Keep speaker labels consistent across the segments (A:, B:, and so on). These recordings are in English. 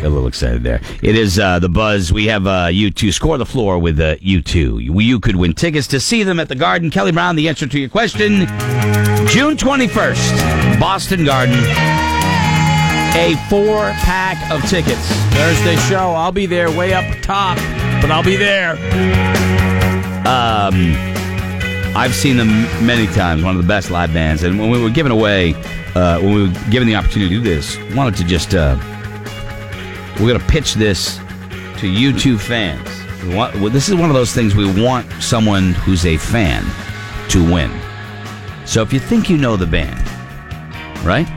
A: a little excited there. It is uh, the buzz. We have uh, you two score the floor with uh, you two. You, you could win tickets to see them at the Garden. Kelly Brown, the answer to your question, June twenty first, Boston Garden. A four pack of tickets.
B: Thursday show. I'll be there way up top, but I'll be there.
A: I've seen them many times. One of the best live bands. And when we were giving away, uh, when we were given the opportunity to do this, wanted to just uh, we're going to pitch this to you two fans. We want, well, this is one of those things we want someone who's a fan to win. So if you think you know the band, right?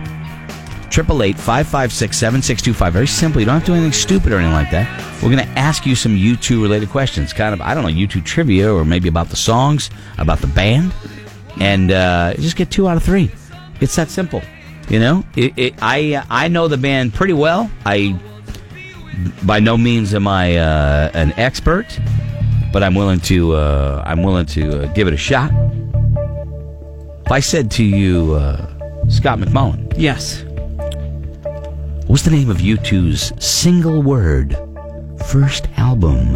A: Triple eight five five six seven six two five. Very simple. You don't have to do anything stupid or anything like that. We're going to ask you some U2 related questions, kind of I don't know U2 trivia or maybe about the songs, about the band, and uh, just get two out of three. It's that simple. You know, it, it, I uh, I know the band pretty well. I by no means am I uh, an expert, but I'm willing to uh, I'm willing to uh, give it a shot. If I said to you, uh, Scott McMullen,
B: Yes.
A: What's the name of U2's single word first album?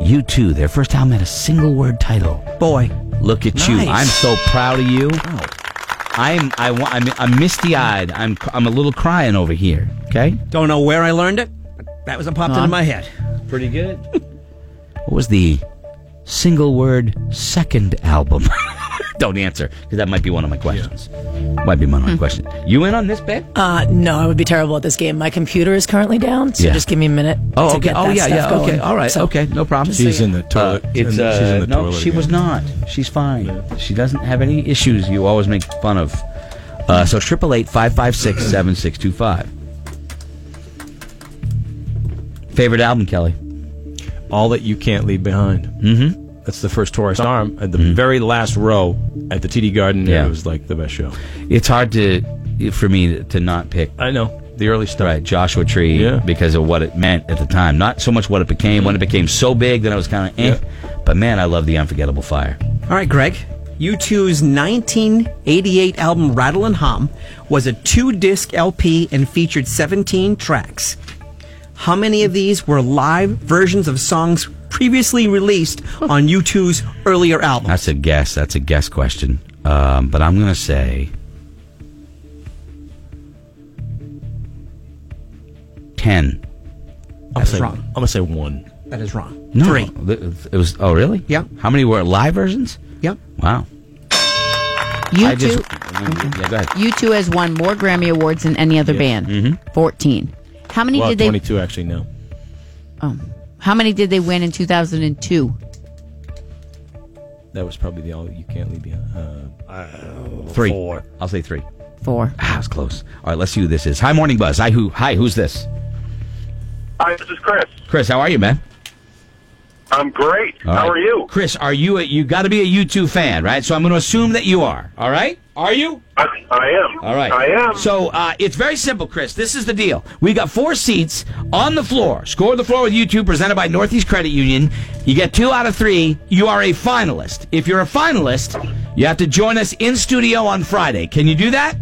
A: U2, their first album had a single word title.
B: Boy.
A: Look at you.
B: Nice.
A: I'm so proud of you. I'm, I, wa- I'm, I'm misty eyed. I'm, I'm a little crying over here. Okay?
B: Don't know where I learned it, but that was a popped into my head.
A: Pretty good. what was the single word second album? Don't answer, because that might be one of my questions. Might be one of my questions. You in on this bet?
C: Uh, no, I would be terrible at this game. My computer is currently down, so
A: Yeah.
C: just give me a minute.
A: Oh,
C: to
A: okay.
C: get
A: Oh,
C: that
A: yeah,
C: stuff
A: yeah.
C: going.
A: Okay. All right.
C: So-
A: okay. No problem.
C: She's in
D: the toilet.
A: Uh, it's,
D: In-
A: uh,
D: she's in the
A: no,
D: toilet
A: she
D: again.
A: was not. She's fine. She doesn't have any issues you always make fun of. Uh, so, 888 556 7625. Favorite album, Kelly?
D: All that you can't leave behind. Mm-hmm. That's the first Taurus Arm at the very last row at the TD Garden.
A: Mm-hmm. Yeah.
D: It was like the best show.
A: It's hard to for me to not pick
D: I know the early stuff.
A: Right, Joshua Tree,
D: Yeah.
A: because of what it meant at the time. Not so much what it became. When it became so big, then I was kind of eh. But man, I love the Unforgettable Fire.
B: All right, Greg. U2's 1988 album Rattle and Hum was a two disc LP and featured 17 tracks. How many of these were live versions of songs previously released on U2's earlier albums?
A: That's a guess. That's a guess question. Um, but I'm gonna say ten.
B: That's wrong.
D: I'm gonna say one.
B: That is wrong.
A: No,
B: Three.
A: th- It was. Oh, really?
B: Yeah.
A: How many were live versions?
B: Yep.
A: Wow.
E: You
A: I just.
E: two,
A: Yeah, go ahead.
E: you two has won more Grammy awards than any other band. Fourteen. How many
D: Mm-hmm. Well,
E: did they? Oh.
D: 22 actually now.
E: How many did they win in two thousand and two?
D: That was probably the all you can't leave behind. Uh,
A: Three. Four. I'll say three.
E: Four.
A: Ah, it's close. All right. Let's see who this is. Hi, Morning Buzz. Hi, who? Hi, who's this?
F: Hi, this is Chris.
A: Chris, how are you, man?
F: I'm great.
A: All
F: How
A: right.
F: are you?
A: Chris? Are you? A, you got to be a U2 fan, right? So I'm going to assume that you are. All right. Are you?
F: I, I am.
A: All right.
F: I am.
A: So uh, it's very simple, Chris. This is the deal. We got four seats on the floor. Score the floor with YouTube, presented by Northeast Credit Union. You get two out of three. You are a finalist. If you're a finalist, you have to join us in studio on Friday. Can you do that?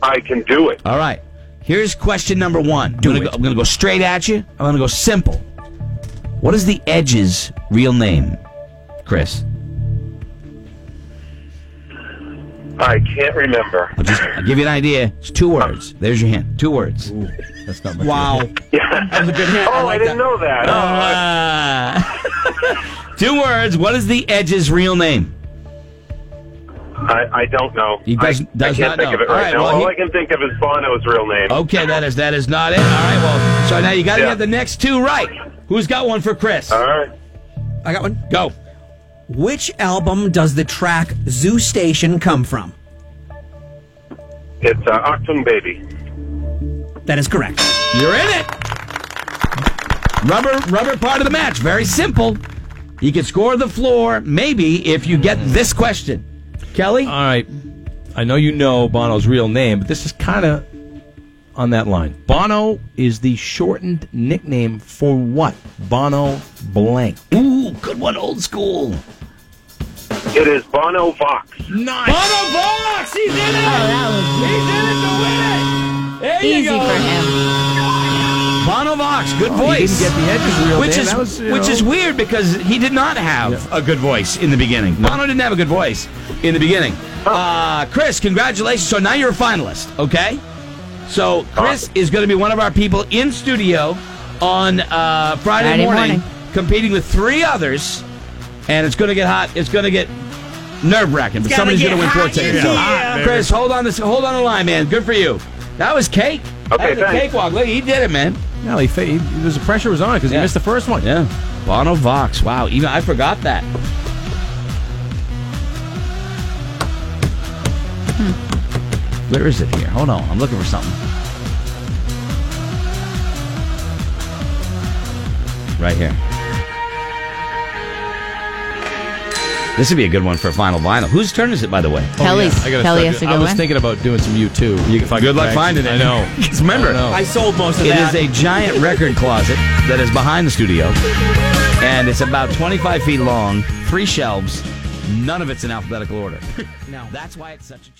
F: I can do it.
A: All right. Here's question number one. I'm gonna, go, I'm gonna go straight at you. I'm gonna go simple. What is the Edge's real name, Chris?
F: I can't remember.
A: I'll just I'll give you an idea. It's two words. There's your hint. Two words.
D: that's not my
B: Wow.
F: Yeah.
B: That was a good hint.
F: Oh, I, didn't know that. Oh,
A: Uh, two words. What is the Edge's real name?
F: I, I don't know.
A: He does-
F: I,
A: does
F: I can't
A: not
F: think
A: know.
F: of it
A: All
F: right,
A: right,
F: now.
A: well,
F: All
A: he- Oh.
F: I can think of is Bono's real name.
A: Okay, that is that is not it. All right. Well, so now you got to
F: Yeah. Uh-huh.
A: get the next two right. Who's got one for Chris?
F: All right.
B: I got one.
A: Go.
B: Which album does the track Zoo Station come from?
F: It's uh, Octum Baby.
B: That is correct.
A: You're in it. Rubber rubber part of the match. Very simple. You can score the floor maybe if you get this question. Kelly,
D: All right. I know you know Bono's real name, but this is kind of on that line. Bono is the shortened nickname for what? Bono blank.
A: ooh, good one, old school.
F: It is Bono Vox.
D: Nice.
A: Bono Vox, he's in it.
E: Oh, that
A: He's in it to win it. There
E: was
A: you
D: Oh,
E: easy
A: go.
E: for him.
A: Bono Vox, good
D: he
A: voice.
D: didn't get the edges real,
A: which
D: man.
A: is
D: That was, you
A: which
D: know.
A: is weird because he did not have a good voice in the beginning. Bono didn't have a good voice in the beginning. Uh, Chris, congratulations! So now you're a finalist, okay? So Chris is going to be one of our people in studio on uh, Friday,
E: Friday
A: morning,
E: morning.
A: competing with three others, and it's going to get hot. It's going to get nerve wracking, but
B: gotta
A: somebody's
B: get
A: going to win
B: hot
A: four
B: in
A: tickets.
B: here.
A: Ah, Chris, hold on this, hold on the line, man. Good for you. That was cake.
F: Okay,
A: that was a
F: thanks.
A: cakewalk. Look, he did it, man.
D: No, he, fa- he, he was the pressure was on because
A: Yeah.
D: he missed the first one.
A: Yeah, Bono Vox. Wow, even I forgot that. Hmm. Where is it here? Hold on, I'm looking for something. Right here. This would be a good one for a final vinyl. Whose turn is it, by the way?
E: Kelly's.
D: I gotta
E: Kelly
D: start
E: has to
D: do-
E: go
D: I was
E: in.
D: thinking about doing some U2.
A: You-
D: if I
A: good
D: could
A: luck
D: back-
A: finding it.
D: I know.
A: Because remember,
D: I don't know.
B: I sold most of
A: It
B: that.
A: is a giant record closet that is behind the studio, and it's about 25 feet long, three shelves. None of it's in alphabetical order.
B: No.
A: That's why it's such a.